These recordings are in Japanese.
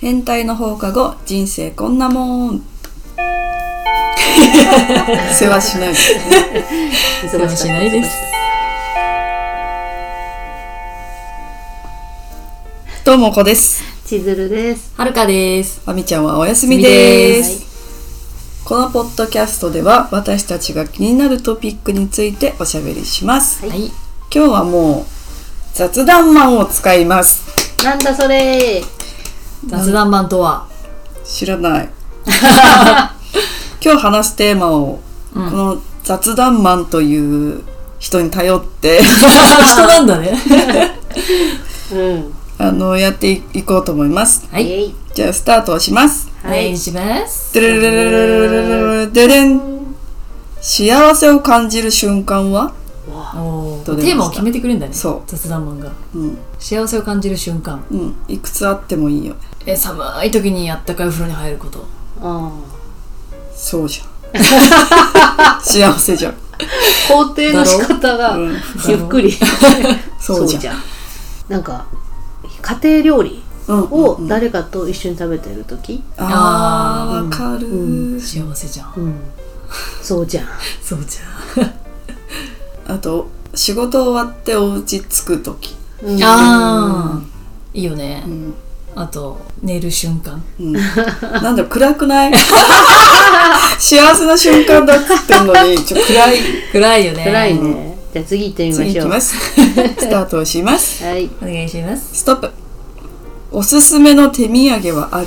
変態の放課後人生こんなも ん世話しない世話しないです。どうもこです千鶴です。はるかです。まみちゃんはお休みでですすこのポッドキャストでは私たちが気になるトピックについておしゃべりします、はいはい。今日はもう雑談マンを使いますなんだそれ。雑談版とは。知ら ない今日話すテーマを、うんこの雑談マンという人に頼 って人なん だね。うん。あのやっていこうと思います。はいイエイ。じゃあスタートをします。お願い。します。でれれれれれれでれん。幸せを感じる瞬間は？おーどうでもテーマを決めてくれるんだね。そう雑談版が。うん幸せを感じる瞬間。うんいくつあってもいいよ。え、寒い時にあったかいお風呂に入ること。あそうじゃん。幸せじゃん。あ。肯定の仕方がうんゆっく り。そうじゃん。ゃん。なんか家庭料理うんをうん誰かと一緒に食べてる時。あーわかる。幸せじゃん。うん。そうじゃん。そうじゃあと仕事終わってお家着く時。うんん。あー。いいよねう。んあと、寝る瞬間。うん。なんだろう暗くない？幸せな瞬間だっつってんのにちょっと暗い。暗いよね。暗いね。じゃあ次行ってみま次し行ょきう。ます。スタートをします。はい。お願いします。ストップおすすめの手土産はある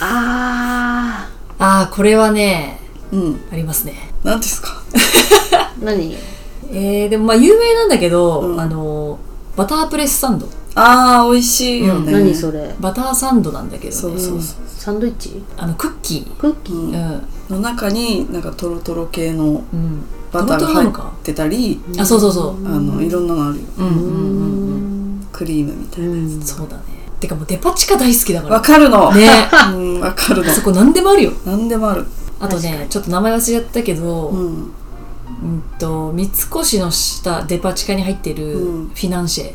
ああー、これはね、うんありますね。何ですかあ。何？えー、でもまあ有名なんだけど、うんあのバタープレスサンドあー美味しいよね、う何それ。バターサンドなんだけどねそうそうそうサンドイッチ？あのクッキークッキー？うんうん、の中になんかトロトロ系のうん、バターがトロトロな入のかってたりあそうそうそうあのいろんなのあるようんうんうんうんクリームみたいうん。そうだねてかもうデパ地下大好きだかなわらかるの、ね うんわかるのそこ何でもあるよ何でもあるあと確かねちょっと名前忘れちゃったけど、う、うんんと三越の下デパ地下に入ってるうんフィナンシェ、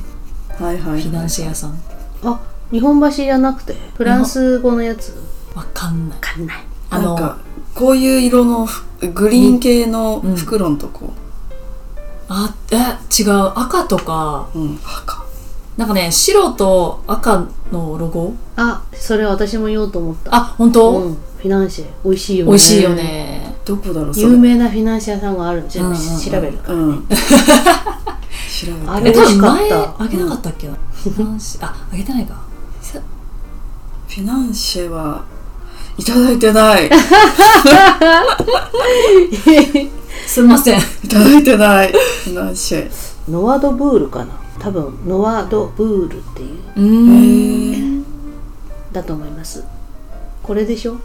はいはいフィナンシェ屋さんあ、日本橋じゃなくてフランス語のやつ。わかんなわいかんない。あなんのかこういう色のふグリーン系のうん袋のとこあえ違う赤とかうん赤なんかね白と赤のロゴあ、それ私も言おうと思った。あ本当、うん、フィナンシェ美味しいよね美味しいよねどこだろうそれ有名なフィナンシェ屋さんがあるんでうんうんうん調べるから、うん知らなあいれえ多分美味し前かったあげなかったっけな、男子ああげてないかさフィナンシェはいただいてない。いすみませんただいてない。フィナンシェ。へノワドブールかな多分ノワドブールっていううーんだと思いますこれでしょ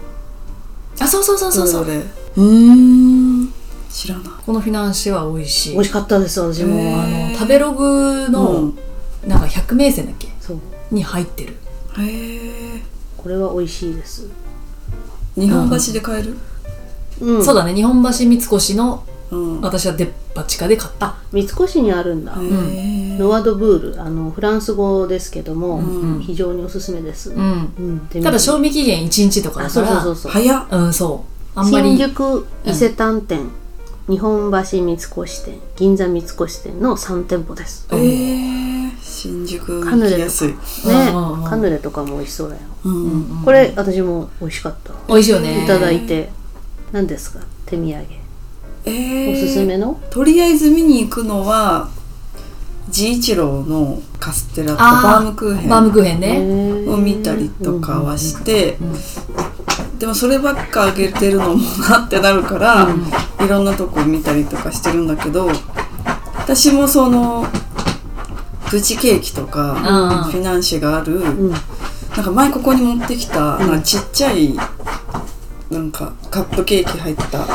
あそうそうそうそうそうどれどれうーん。知らない。このフィナンシェは美味しい美味しかったです私も、へーあの食べログの、うんなんか100名線だっけそうに入ってるへえ。これは美味しいです日本橋で買える？うんそうだね日本橋三越のうん。私はデパ地下で買ったあ三越にあるんだ、へえ。ノワドブールあのフランス語ですけども、うん非常におすすめです、ううんんでただ賞味期限1日とかあだかそうらそうそうそう早っ。うんそうあんまり新宿伊勢丹店、日本橋三越店銀座三越店の3店舗ですうんへえ。新宿行きやすい。ね、うんうんうんカヌレとかも美味しそうだよ、うん。これ私も美味しかった、美味しいよねいただいて何ですか手土産ええ。おすすめ。の、とりあえず見に行くのは。ジイチローのカステラとバームクーヘンバームクーヘンね、ねを見たりとかはして、でもそればっかあげてるのもなってなるから、いろんなとこ見たりとかしてるんだけど私もそのプチケーキとか、うんフィナンシェがある、うんなんか前ここに持ってきた、なんかちっちゃいなんかカップケーキ入った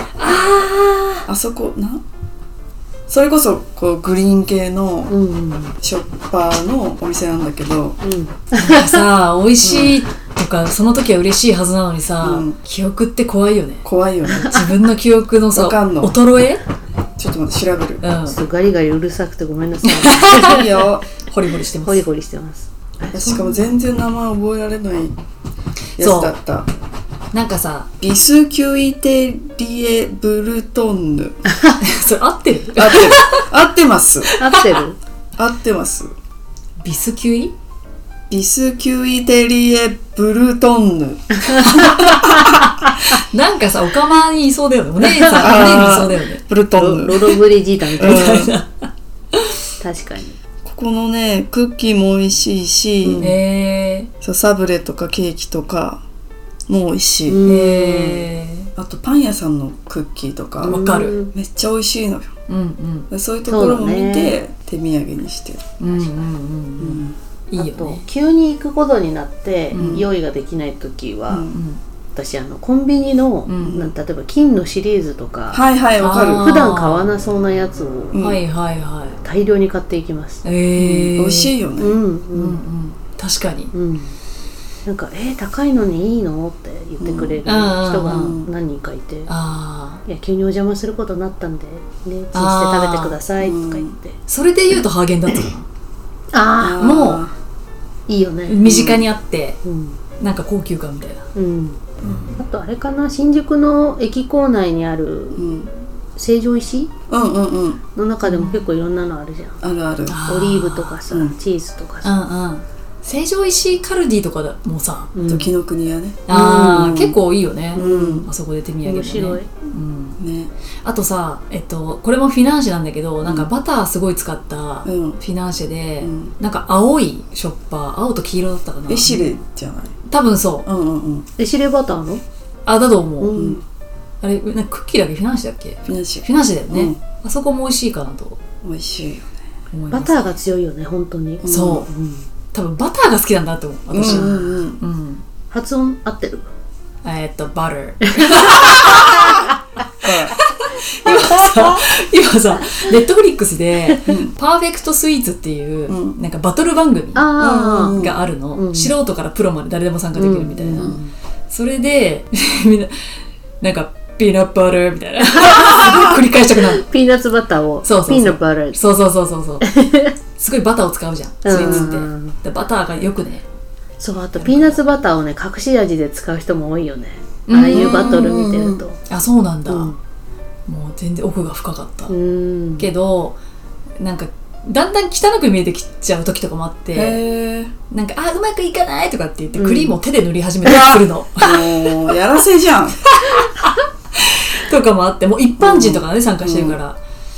あそこなそれこそこうグリーン系のうんうんうんショッパーのお店なんだけど、なんかさ美味しいとか、その時は嬉しいはずなのにさ、うん記憶って怖いよね怖いよね自分の記憶のさわかんの衰え、ちょっと待って調べ るうんちょっとガリガリうるさくてごめんなさいいいよホリホリしてまホリすホリしてますしかも全然名前覚えられないやつだったなんかさ ビスキュイテリエブルトンヌそれ合ってる合ってる合ってます合ってる合ってますビスキュイビスキュイテリエブルトンヌなんかさおかまにいそうだよねお 姉さんあーお姉にいそうだよねブルトロンヌロロブリジータみたいなうん確かにここのねクッキーも美味しいし、へそうサブレとかケーキとかも美味しい、えうんへあとパン屋さんのクッキーとか、わかるめっちゃ美味しいのよーうんそういうところも見そうだてね手土産にしてる、うんうんうんうんいいよあとね急に行くことになって、うん用意ができない時は、うんうん私あのコンビニの、んなん例えば金のシリーズとか、はいはいわかる、あうーん普段買わなそうなやつをうんはいはいは大量に買っていきますいへえ美味しいいようね、んうんううんん確かにうん、なんか「えー、高いのにいいの?」って言ってくれる人がうん何人かいて「ああいや急にお邪魔することになったんで、ね、チンして食べてください」とか言ってそれで言うとハーゲンダッツ「ああーもういいよね」身近にあってうんなんか高級感みたいなうん、あとあれかな新宿の駅構内にあるうん、うん成城石井うんうんうんの中でも結構いろんなのあるじゃん、あるあるあーオリーブとかさ、うんチーズとかうさ、んうん成城石井カルディとかもさうん時の国やねあうんー結構いいよねうあそこで手土産だね面白い、うんねあとさえっとこれもフィナンシェなんだけどなんかバターすごい使ったフうんィナンシェでうんなんか青いショッパー青と黄色だったかなエシレじゃない多分そううんうんうんでシレバターのあだと思ううんあれなんかクッキーだっけフィナンシェだっけフィナンシェフィナンシェだよね、うんあそこも美味しいかなと美味しいよ思いまバすターが強いよね本当に、そううん多分バターが好きなんだと思う私、うんうんうんうん発音合ってるえーっと、バター。今さ、今さ、ネットフリックスで、パーフェクトスイーツっていう、うんなんかバトル番組あがあるの、うん素人からプロまで誰でも参加できるみたいな。うんそれで、 みんな、なんか、ピーナッツバターみたいな。 すごい繰り返したくなる。ピーナッツバターをそうそうそうピーナッツバターそうそうそうそうそう。すごいバターを使うじゃん、スイーツって。うんでバターがよくね、そうあとピーナッツバターをね隠し味で使う人も多いよねああいうバトル見てるとあ、そうなんだ。うんもう全然奥が深かった。うんけどなんかだんだん汚く見えてきちゃう時とかもあってへえなんか「あうまくいかない」とかって言ってクリームを手で塗り始めうてわくるの、もうやらせじ ゃんとかもあってもう一般人とかね参加してるから、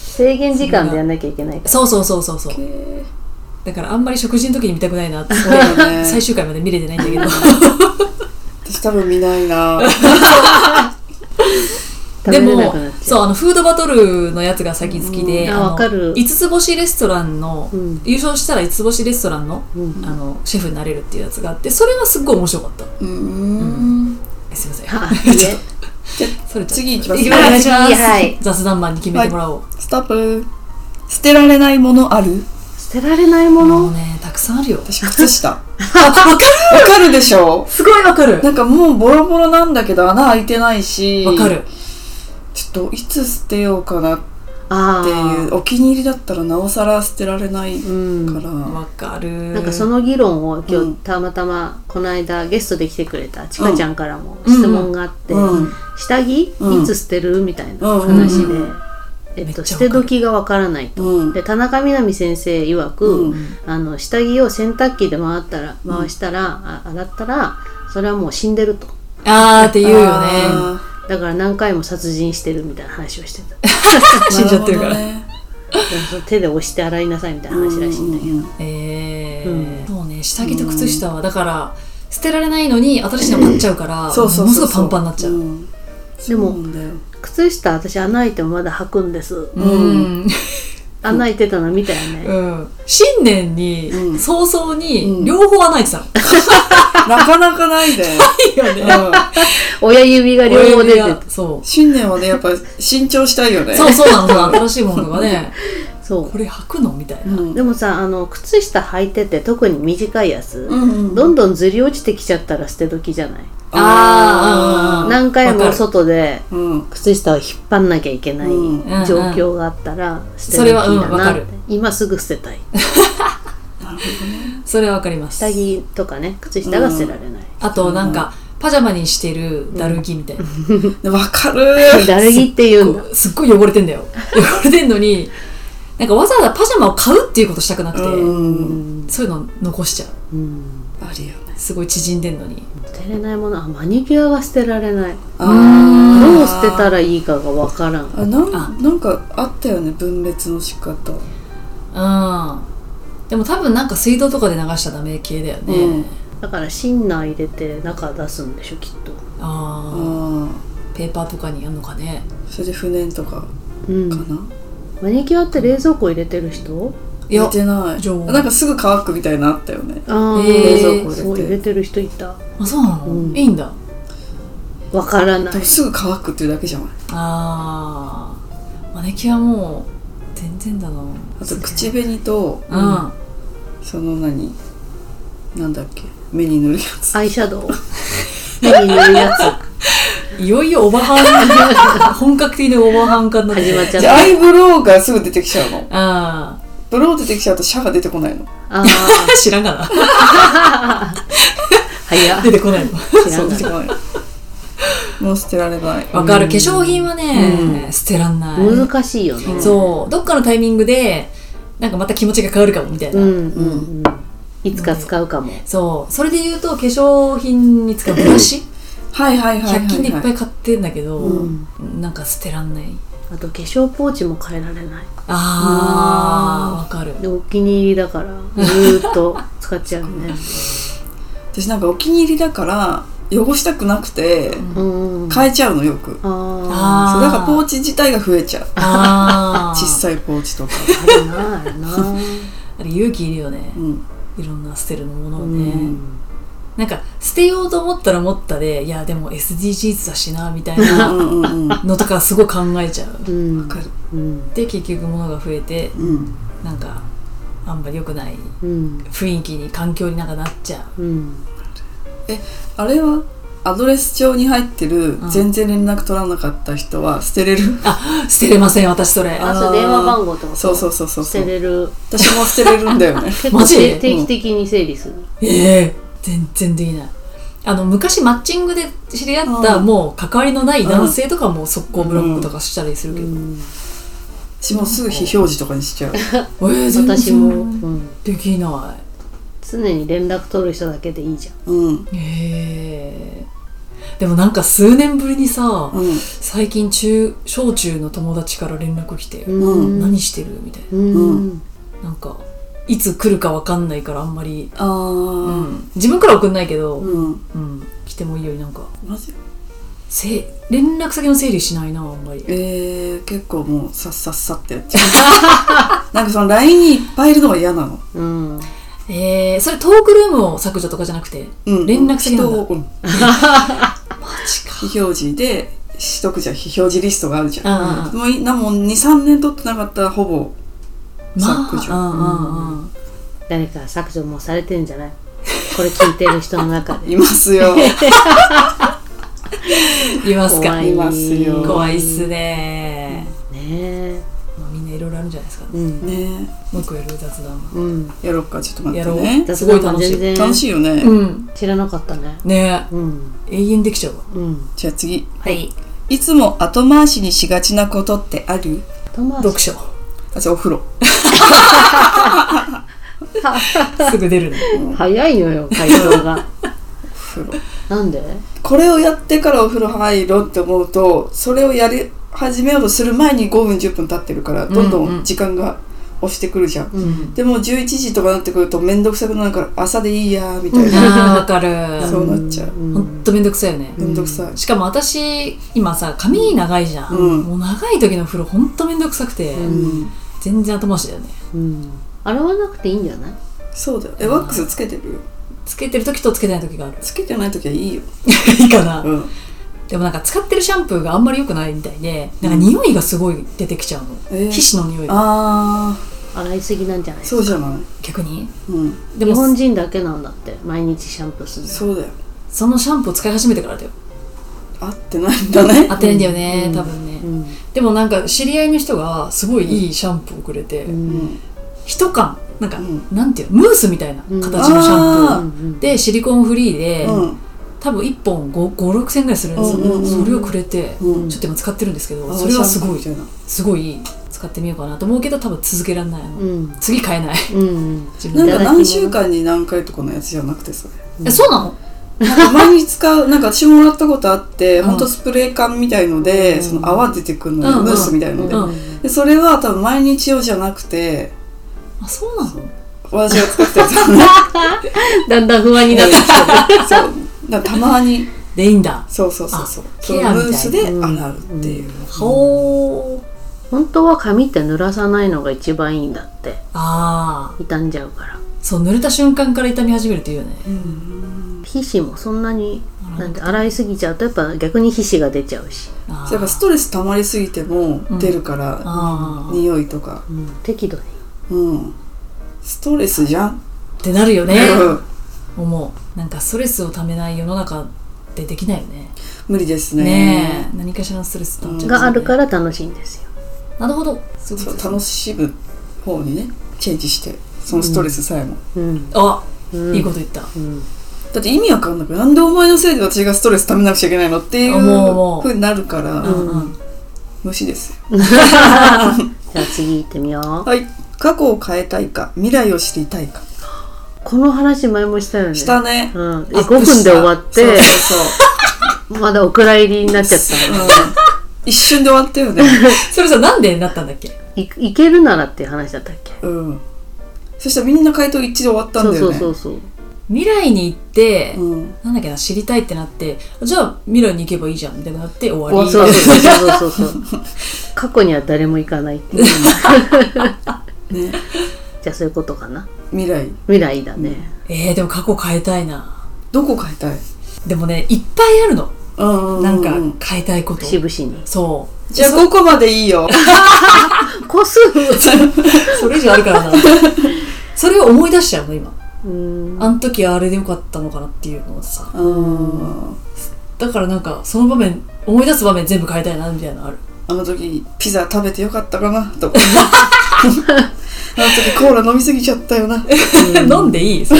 制限時間でやんなきゃいけないからそうそうそうそうそうだからあんまり食事の時に見たくないなって思いそうだね最終回まで見れてないんだ けど私多分見ないな食でべれなもくなっちゃそうあのフードバトルのやつが最近好きで、うんあのわかる五つ星レストランの、うん優勝したら五つ星レストランの,、うんあのシェフになれるっていうやつがあってそれはすっごい面白かったうーんえすいません あいいえそれちょっと次行きますお願いします、次はい雑談版に決めてもらおう、ストップ捨てられないものある捨てられないももうのねたくさんあ るよ私靴 下わかるわかるでしょすごいわかるなんかもうボロボロなんだけど穴開いてないしわかるちょっといつ捨てようかなっあていうあお気に入りだったらなおさら捨てられないかうんら、わかるなんかその議論をう今ん日たまたまこの間ゲストで来てくれたちかちゃんからも質問があって、うん下着、うんいつ捨てるみたいな話で、うんうんうえっめっちと、ゃわかる捨て時がわからないと。うんで田中みな実先生曰く、うんあの下着を洗濯機で回ったら回したら、あ洗ったらそれはもう死んでるとあーって言うよねあだから何回も殺人してるみたいな話をし てたでー死んじゃってるからなほどねその手で押して洗いなさいみたいな話らしいんだけど、えうーそうね下着と靴下はだから捨てられないのに新しいの買っちゃうか らそうそうそうものすごいパンパンになっちゃう、うんんでもそうなんだよ靴下私穴開いてもまだ履くんですうん穴開いてたの見たよね、新年に、うん早々うんに両方穴開いてたの、なかなかないで、いいよねうん親指が両方出て親指てがそう新年はねやっぱ新調したいよねそうそうなのそうなの新しいものがねそこれ履くのみたいな、うん、うでもさあの靴下履いてて特に短いやつ、うんうんどんどんずり落ちてきちゃったら捨て時じゃないあー何回わかもる外でうん靴下を引っ張んなきゃいけないうん状況があったら捨そてれるは気だうんわかなって、る今すぐ捨てたいそれはわかります下着とかね靴下が捨てられない、あとなんか、パジャマにしてるダルギみたいな、でわかるダルギって言うんだこうすっごい汚れてんだよ汚れてんのになんかわざわざパジャマを買うっていうことしたくなくて、うんそういうの残しちゃううんあるよねすごい縮んでんのに捨てれないものあマニキュアが捨てられないあどう捨てたらいいかがわからんーあなんあなんかあったよね分別の仕方うんでも多分なんか水道とかで流しちゃダメ系だよね、うんだから芯内入れて中出すんでしょきっとあああーペーパーとかにやるのかねそれで不燃とかうんかな、マニキュアって冷蔵庫入れてる人いや入れてない常温なんかすぐ乾くみたいなのあったよねあーへー冷蔵庫そう入れてる人いたあそうなの、うんいいんだわからなでいもすぐ乾くっていうだけじゃないあーマネキュアもう全然だなあと口紅とうん、あその何なんだっけ目に塗るやつアイシャド ウ目に塗るやついよいよオバハン本格的なオバハン化になって始まっちゃっじゃあアイブロウがすぐ出てきちゃうのあブロウ出てきちゃうとシャが出てこないのあああ知らん がな早っ出てこないの知らそんう出かってたこないのもう捨てられないわかる化粧品はね、捨てらんない、難しいよねそうどっかのタイミングでなんかまた気持ちが変わるかもみたいな、うんうんうんいつか使うかもそうそれで言うと化粧品に使うブラシはいはいはいはい、はい、 100均でいっぱい買ってんだけど、うんなんか捨てらんないあと化粧ポーチも変えられないあーわかるでお気に入りだからずーっと使っちゃう ね私なんかお気に入りだから汚したくなくてうんうん変えちゃうのよくああそーうだからポーチ自体が増えちゃうあ ー小さいポーチとか、ーあるなあるなあれ勇気いるよね うん、いろんな捨てるものをうね、んなんか捨てようと思ったら思ったでいやでも SDGs だしなみたいうなんうんうんうんわのとかすごい考えちゃううんかるうんで結局物が増えてうんなんかあんまり良くないうん雰囲気に環境になんかなっちゃううんあれはアドレス帳に入ってるうん全然連絡取らなかった人は捨てれる、あ捨てれません私それああと電話番号とかそうそうそうそう捨てれる私も捨てれるんだよね結構マジ定定期的に整理するええ全然できないあの昔マッチングで知り合ったうんもう関わりのない男性とかも速攻ブロックとかしたりするけど、うん私もすぐ非表示とかにしちゃうええ全然私もうんできな常に連絡取る人だけでいいじゃんうんいええでもなんか数年ぶりにさ、うん最近中小中の友達から連絡来て、ん何してるみたいうんななんかいつ来るかわかんないからあんまり、あー自分から送んないけど、ううんん、来てもいいようになんかマジせ連絡先の整理しないなあんまりえー、結構もうさっさっさってやっちゃうなんかその LINE にいっぱいいるのが嫌なの、うんえー、それトークルームを削除とかじゃなくてうん、連絡先なんだ人を、うん、非表示でしとくじゃん非表示リストがあるじゃんあもういなもう23年取ってなかったらほぼ削除、あうんうんうん誰か削除もうされてんじゃないこれ聞いてる人の中 でいますよいますか怖いいますよ怖いっすね、ねえまあ、みんないろいろあるんじゃないですか、うんねもう一個やる雑談うんやろうかちょっと待っやてろう、ね雑すごい談は楽し全い然楽しいよね、うん知らなかったねねうんえ永遠できちゃうわうんじゃあ次はいいつも後回しにしがちなことってある友読達書あじゃあお風呂すぐ 出るの早いのよ回答がお風呂なんでこれをやってからお風呂入ろうって思うとそれをやり始めようとする前に5分10分経ってるからどんどうんうんん時間が押してくるじゃん、うんでも11時とかなってくると面倒くさくなるから朝でいいやーみたいな、あーわかるそうなっちゃうほんとめんどくさいよね、面倒くさい、しかも私今さ髪長いじゃん、うんもう長い時の風呂ほんとめんどくさくて、うん、全然後回しだよねうん洗わなくていいんじゃないそうだよえワックスつけてるよつけてる時とつけてない時があるつけてない時はいいよ、いいかな、うん、でもなんか使ってるシャンプーがあんまり良くないみたいでなんか匂いがすごい出てきちゃうの、えー皮脂の匂いがあ洗いすぎなんじゃないーそうじゃない、逆にうん、で日も本人だけなんだって毎日シャンプーするのそうだよそのシャンプー使い始めてからだよ合ってないんだね当てんだよね、多分ね、うんでもなんか知り合いの人がすごいいいシャンプーをくれて、うん一缶なんか、うんなんていうのムースみたいな形のシャンプー、あうんうんでシリコンフリーで、ーうん多多分1本56000ぐらいするんですよ、うんうんうんそれをくれて、うんちょっと今使ってるんですけど、あそれはすごいシャンプーみすごい使ってみようかなと思うけど多分続けられないあの、うん次買えないうん自た分いでななんか何週間に何回とかのやつじゃなくてそれ えそうなのなんか毎日使うなんか私もらったことあって、うんほんとスプレー缶みたいので、うんその泡出てくるうんの、うんムースみたいので,、うんでそれは多分毎日用じゃなくてあそうなの私が使ってたやつ だんだん不安になってきたそうだからたまにでいいんだそうそうそうそうあそケのアみムーたいなスで洗うっていう、ほー本当は髪って濡らさないのが一番いいんだってああ傷んじゃうからそう濡れた瞬間から痛み始めるっていうよね皮脂もそんなにあらなんて洗いすぎちゃうとやっぱ逆に皮脂が出ちゃうし、あーそうやっぱストレス溜まりすぎても出るから、あー匂いとかうん、適度にうんストレスじゃん、ってなるよねうん思うなんかストレスをためない世の中ってできないよね無理ですねねえ何かしらのストレス溜まっちゃうがあるからら楽しいんですよなるほどすごいそうです楽しむ方にねチェンジしてそのストレスさえも、うん、あうん、いいこと言ったうんだって意味わかんなくなんでお前のせいで私がストレス溜めなくちゃいけないのっていう思う思うふうになるから、うんうん無視ですよ じゃあ次行ってみよう、はい過去を変えたいか未来を知りたいかこの話前もしたよねしたね、うん、ア5ップ分したで終わっそうてそうそうまだお蔵入りになっちゃった一瞬で終わったよね。それさなんでなったんだっけいいけるならっていう話だったっけうん。そしたらみんな回答一致で終わったんだそうよね。そうそうそう未来に行って、うん。なんだっけな知りたいってなってじゃあ未来に行けばいいじゃんみたいになって終わりそうそうそうそうそうそう過去には誰も行かないっていうね。じゃあそういうことかな未来。未来だね、えー、でも過去変えたいなどこ変えたいでもねいっぱいあるのうんうなんかう変えたいこと、節々にそうじゃあここまでいいよ。個数それ以上あ るからなそれを思い出しちゃうの今うんあの時あれでよかったのかなっていうのをさうん。だからなんかその場面思い出す場面全部変えたいなみたいなのあるあの時ピザ食べてよかったかなとか。 あの時コーラ飲みすぎちゃったよな。飲んでいい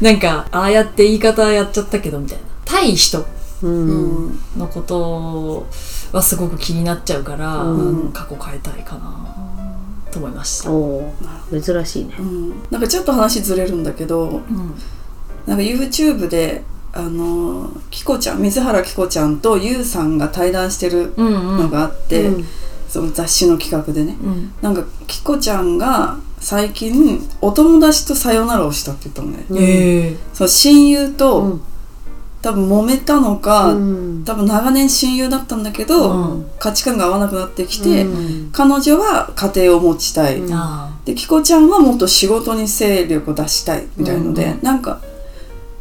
なんかああやって言い方やっちゃったけどみたいな対人うんん。のことはすごく気になっちゃうから、うん過去変えたいかなと思いました、うんおー珍しいねうん。なんかちょっと話ずれるんだけど、なんか YouTube で、あのー、キコちゃん、水原希子ちゃんとゆうさんが対談してるうんうのんがあって、うんその雑誌の企画でね。うんなんかキコちゃんが最近お友達とさよならをしたって言ったのね、うんええその親友と、うん多分揉めたのか、うん多分長年親友だったんだけうど、ん価値観が合わなくなってきて、うん彼女は家庭を持ちたい、うんあでキコちゃんはもっと仕事に精力を出したいみたいので、うなんか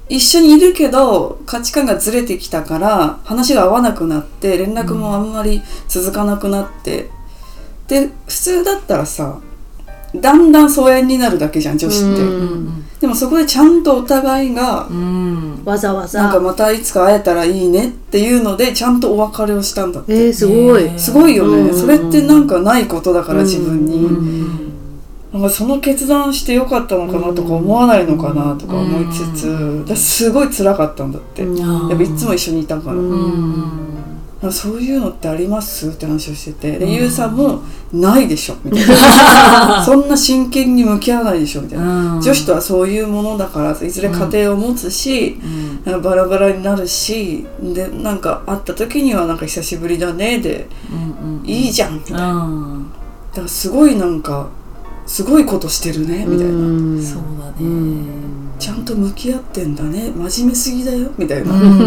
一緒にいるけど価値観がずれてきたから話が合わなくなって連絡もあんまり続かなくなって、で普通だったらさだんだん疎遠になるだけじゃん女子って、うあんでもそこでちゃんとお互いが、うんわざわなんざかまたいつか会えたらいいねっていうのでちゃんとお別れをしたんだって、えー、すごい、ねすごいよね、うんそれってなんかないことだから自分に、うんうんなんかその決断してよかったのかなとか思わないのかなとか思いつつ、だからすごい辛かったんだって、うんやあーっぱいつも一緒にいたから,、うんそういうのってありますって話をしててで、うんゆうさんも「ないでしょ」みたいな そんな真剣に向き合わないでしょみたいな、うん女子とはそういうものだからいずれ家庭を持つし、うんなんかバラバラになるしでなんか会った時にはなんか久しぶりだねでうんうんいいじゃんみたいな、だうんからすごいなんかすごいことしてるねみたいな。うんそうだねうんちゃんと向き合ってんだね真面目すぎだよみたいなうんうん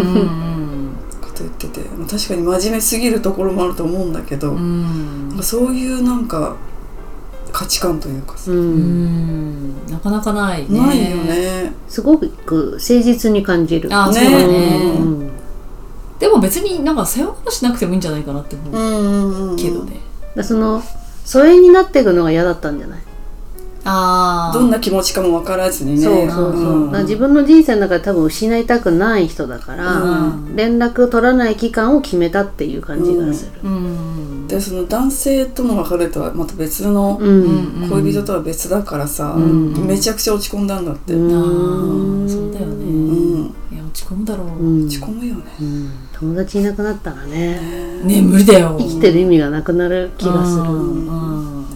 こと言ってて、まあ確かに真面目すぎるところもあると思うんだけど、うなんんかそういうなんか価値観というかさ、ううんんなかなかないねないよねすごく誠実に感じるあーそうねだうねんでも別になんか背負話しなくてもいいんじゃないかなってう思うんうんうんけどねだその疎遠になっていくのが嫌だったんじゃない、ああどんな気持ちかも分からずにねそうそうそう、うんだから自分の人生の中で多分失いたくない人だから、うん連絡取らない期間を決めたっていう感じがするうんでその男性との別れとはまた別のうん、恋人とは別だからさ、うんめちゃくちゃ落ち込んだんだって、うんあーそうだよねうんだろうう、ん、落ち込むよねうん友達いなくなったらねね無理だよ生きてる意味がなくなる気がするうんうんだか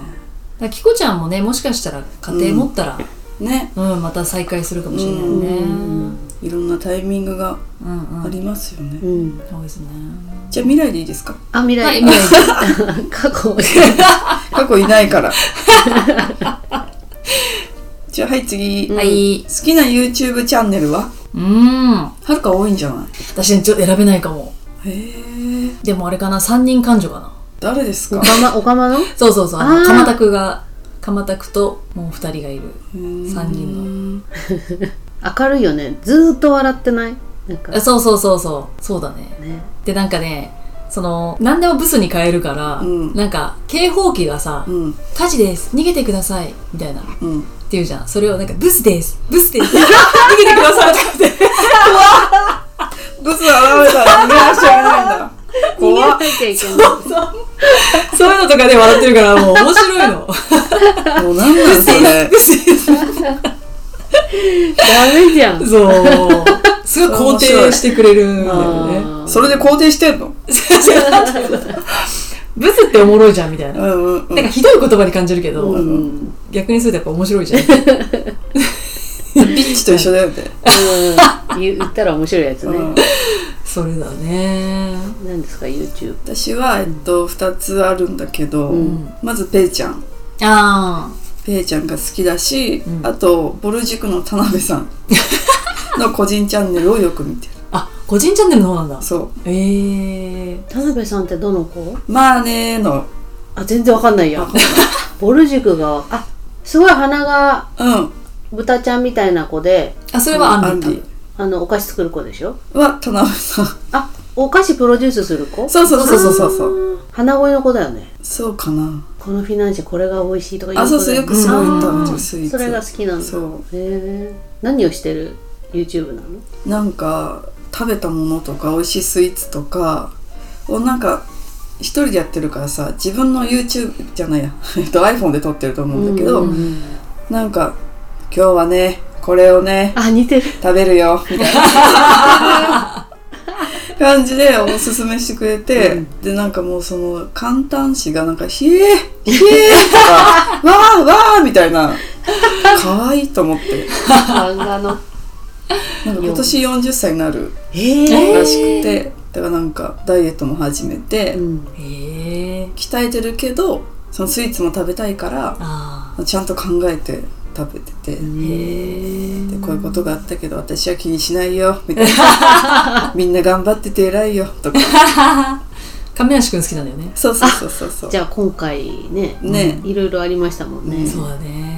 らキコちゃんもねもしかしたら家庭持ったら、ねうんまた再会するかもしれないね、ううんいろんなタイミングがうんありますよね、うん、うん、そうですねじゃあ未来でいいですかあ未は来、 い未過去過去いないからじゃあはい次、う好んはいきな YouTube チャンネルはうんはるか多いんじゃな私ちょっと選べないかもいへえでもあれかな三人感情かな誰ですおかかまおかまのそうそうそうああのー鎌田くが鎌田くともう二人がいる三三人の明るいよねずーっと笑ってないなんかあそうそうそうそうそうだねねでなんかねその何でもブスに変えるから、うんなんか警報器がさうん「火事です逃げてください」みたいなってうん言うじゃんそれをなんか「ブスですブスです逃げてください」とかってブス現れたら逃げなしちゃいけないんだ逃げ怖なっきゃいけないそういうのとかで笑ってるからもう面白いのもう何なんそれダメじゃんそう すごい肯定してくれるんだよねあーそれで肯定してんのブスっておもろいじゃんみたいうな。んうんうなんかんひどい言葉に感じるけど、うん逆にするとやっぱ面白いじゃん。 そうビッチと一緒だよねうん言言ったら面白いやつね。うんそれだね。何ですか YouTube。私はえっと2つあるんだけど、うんまずペイちゃんあペイちゃんが好きだし、うんあとぼる塾の田辺さんの個人チャンネルをよく見てるあ。あ、個人チャンネルの方なんだ。そええー。田辺さんってどの子？うまあねーのあ全然わかんないやわかんない。ボル塾があすごい鼻がうん豚ちゃんみたいな子で、あ、それはアアンンデディ。ィあのお菓子作る子でしょ？は田辺さんあお菓子プロデュースする子？そうそうそうそうそうそうう。鼻声の子だよね。そうかなこのフィナンシェこれが美味しいとか言あそう子そうだよねくそう言ったうんんじゃスイーツそれが好きなんだ。へそえ。何をしてる YouTube なの？うなんか食べたものとか美味しいスイーツとかをなんか一人でやってるからさ自分の YouTube じゃないやえっと iPhone で撮ってると思うんだけど、うんうんうんなんか今日はねこれをねあ似てる。食べるよみたい な感じでおすすめしてくれて、でなんかもうその簡単詞がなんか「ひえ ひえ」とか「わあわあ」みたいな可愛いと思って漫画の。なんか今年40歳になるええ。らしくて、だからなんかダイエットも始めて、うん。ええー。鍛えてるけどそのスイーツも食べたいからあちゃんと考えて食べてて。ー。へえ。でこういうことがあったけど私は気にしないよみたい なみんな頑張ってて偉いよとか亀梨くん好きなんだよね。そうそうそうそうそうじゃあ今回ね、ねいろいろありましたもんね。そうだね。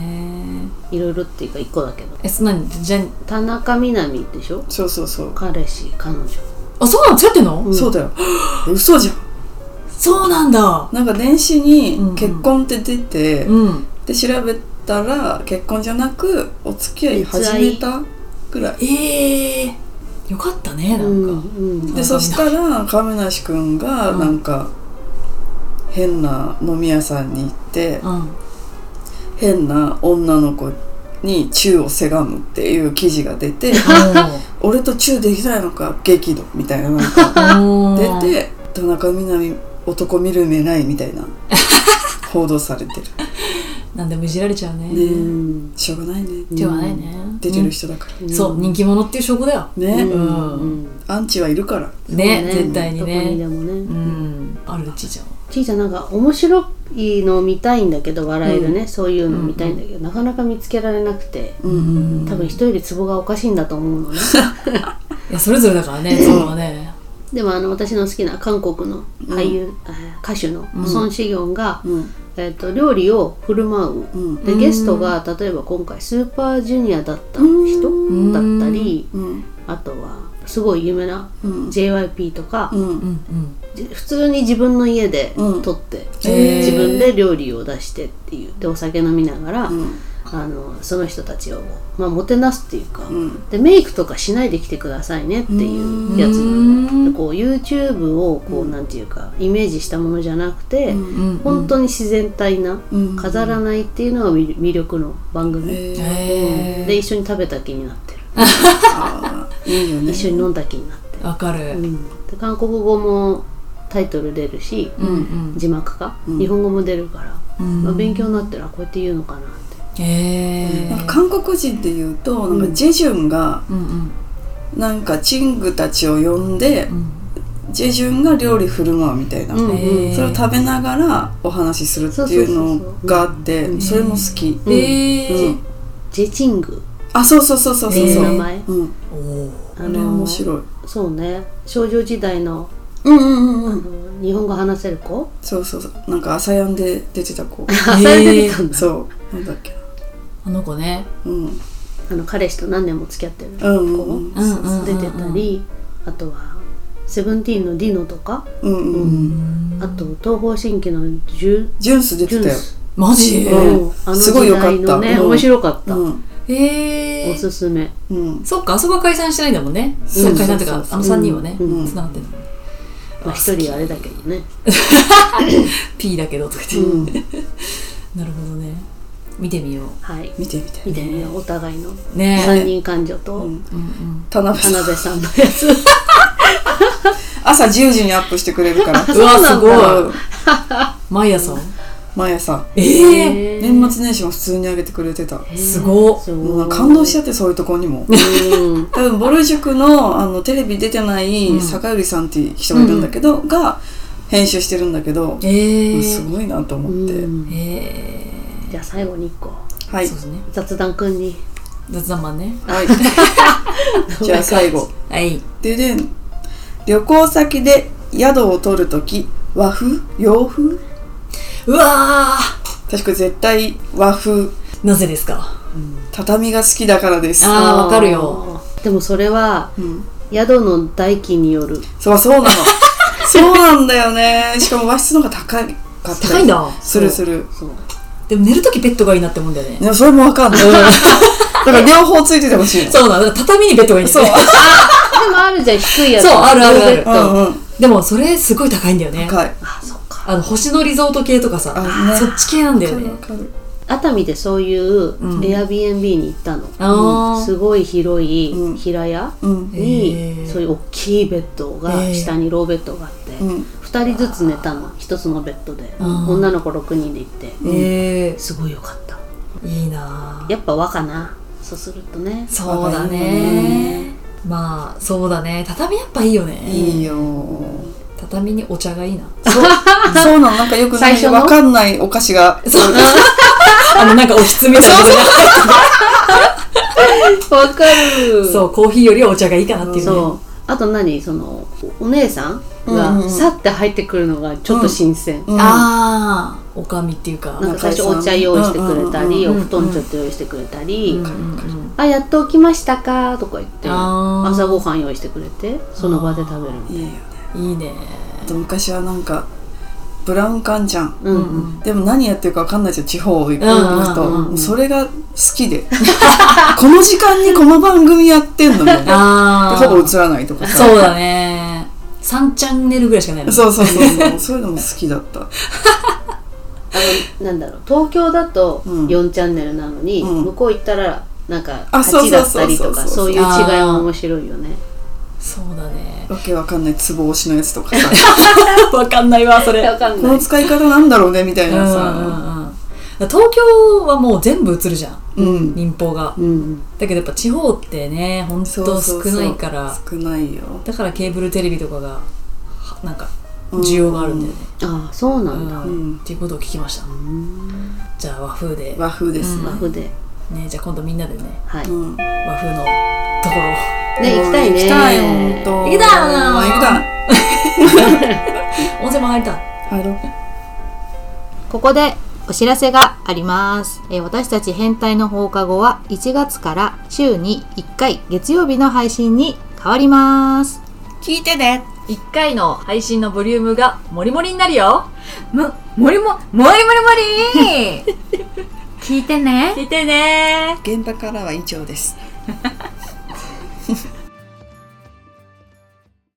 いろいろっていうか一個だけど。え、そんなに、じゃ田中みな実でしょそうそうそう、彼氏、彼女。あ、そうなの付き合ってんの、そうだよ 嘘じゃんそうなんだ。なんか年始にうんうん結婚って出て、うん。で調べたら結婚じゃなくお付き合い始めたぐらいええー。よかったね、なんか。うんうんでそしたら亀梨君がうんなんか変な飲み屋さんに行ってうん。変な女の子に宙をせがむっていう記事が出 て俺とチューできないのか激怒みたいななんかお出ーて田中みな実男見る目ないみたいな報道されてるなんでもいじられちゃうね。ねうんしょうがないねしょうがないね。出てる人だから、うんそう、人気者っていう証拠だよ。ね、うんうんうんアンチはいるからねそう絶対にどこにねで。もうね。ん。あるうちじゃん。ちいちゃんなんか面白いの見たいんだけど、笑えるね、そういうの見たいんだけど、なかなか見つけられなくて。うん多分人よりツボがおかしいんだと思うの ねいや、それぞれだからね、そこはね。でもあの私の好きな韓国の俳優、あ歌手のソン・シギョンが、うんえっと料理を振る舞う、うんでゲストが例えば今回スーパージュニアだった人んだったりうんあとはすごい有名なうん JYP とかう、うんんじ普通に自分の家でうん撮って、へー自分で料理を出してっていうでお酒飲みながら、うんあのその人たちを、まあ、もてなすっていうか、うんでメイクとかしないで来てくださいねっていうやつなうんのでこう YouTube をこう、なんていうかイメージしたものじゃなくて、うん。うん。本当に自然体な、うん飾らないっていうのが魅魅力の番組、えーへで一緒に食べた気になってるあーいいいよね一緒に飲んだ気になって、わかる、うん、で韓国語もタイトル出るし、うんうん字幕か、うん日本語も出るから、うんまあ、勉強になったらこうやって言うのかなってへえなんか韓国人っていうとなんかジェジュンがうんうんなんかチングたちを呼んでうんジェジュンが料理振る舞うみたいな、うんへーそれを食べながらお話しするっていうのがあってそそうそうそうそうれも好き、うんへえジェチングあそうそうそうそうそうってそいうう、名前、うん、おおああれ面白いそうね少女時代のうんうんうんうあんの日本語話せる子そうそうそうなんか朝やんで出てた子あそれ出てたんだそうなんだっけなあの子ねうんあの彼氏と何年も付き合ってるうんうんうんうんうんうん出てたりあとは「セブンティーンの「ディノ」とかうんうんうんあと「東方神起」のジュジュンス出てジュたンよスマジううんんあのす時ごい良かった代のねうん面白かったうんへおえすすめうんそっかあそこは解散してないんだもんねそう解散っていうかあの3人はねうんつながってるのまあ一人はあれだけどね P だけどとか言ってうん なるほどね見てみようはい見てみて見てみようお互いのね三人感情とうんえうんうん田辺田さん辺さんのやつ朝10時にアップしてくれる からうわすごういん毎朝毎朝ええ年末年始も普通に上げてくれてたすごっすもうごないんか感動しちゃってそういうところにもうん多分ボル塾のあのテレビ出てない坂寄さんっていう人がいるんだけど、が編集してるんだけど、ええすごいなと思って、うんえじゃあ最後に一個はえいそうですね雑談くんに雑談マンね はいじゃあ最後はいででん旅行先で宿を取るとき和風洋風うわー確か絶対和風なぜですか畳が好きだからですあーわかるよでもそれはうん、宿の代金によるそうそうな のそうなんだよねしかも和室の方が高いかったり高いんだするするそうでも寝るときベッドがいいなって思うんだよねいやそれもわかんないだから両方ついててほしいのそうなのだから畳にベッドがいいんだそうよねでもあるじゃん低いやつそうあるあるあるベッうドんうんでもそれすごい高いんだよね高いあそっかあの星野リゾート系とかさあねそっち系なんだよわかるねわかる熱海でそういううん Airbnb に行ったの、あーすごい広うんい平屋うんへにーそういう大きいベッドがへー下にローベッドがあってうん2人ずつ寝たの1つのベッドであー女の子6人で行ってええすごいよかったいいなぁやっぱ和かなそうするとねそうだねねまあそうだね畳やっぱいいよねいいよ畳にお茶がいいなそうなのなんかよく最ね初のわかんないお菓子がそう あのなんかおひつみたいなことじゃないわかるそうコーヒーよりはお茶がいいかなっていうねそうあと何そのおお姉さんうんうんうがんさって入ってくるのがちょっと新鮮、うんああおかみっていうかなんか最初お茶用意してくれたり、うんうんうんお布団ちょっと用意してくれたり、うんうんうんあやっと起きましたかとか言ってあー朝ごはん用意してくれてその場で食べるみたいいいよなねいいねあと昔はなんかブラウン管じゃんうんうんでも何やってるか分かんないじゃん地方行くうんうんのと、うんうんそれが好きで この時間にこの番組やってんのみたいなああほぼ映らないとかさそうだね3チャンネルぐらいしかないのそうそうそうそうそういうのも好きだったあのなんだろう東京だとうん4チャンネルなのに、うん向こう行ったらなんかあそう8そうそうそうだったりとかそういう違いは面白いよねそうだねわけわかんないツボ押しのやつとかさわかんないわそれわかんこなのい使い方なんだろうねみたいうんうなんさうんうん東京はもう全部映るじゃんうん民放がうんだけどやっぱ地方ってねほんそうとそ少うそうないから少ないよだからケーブルテレビとかがはなんか需要があるんだよね、ああそうなうんんだ、うんっていうことを聞きました、じゃあ和風で、和風ですね和風でね、じゃあ今度みんなでねはい、うねん、ね和風のとこ行ろをきたいね行きたいよ本当行きたいな行きたい温泉も入りたい入ろうここでお知らせがあります。えー私たち変態の放課後は1月から週に1回月曜日の配信に変わります。聞いてね1回の配信のボリュームがモリモリになるよも、モリモ、モリモリモリ聞いてね聞いてね現場からは以上です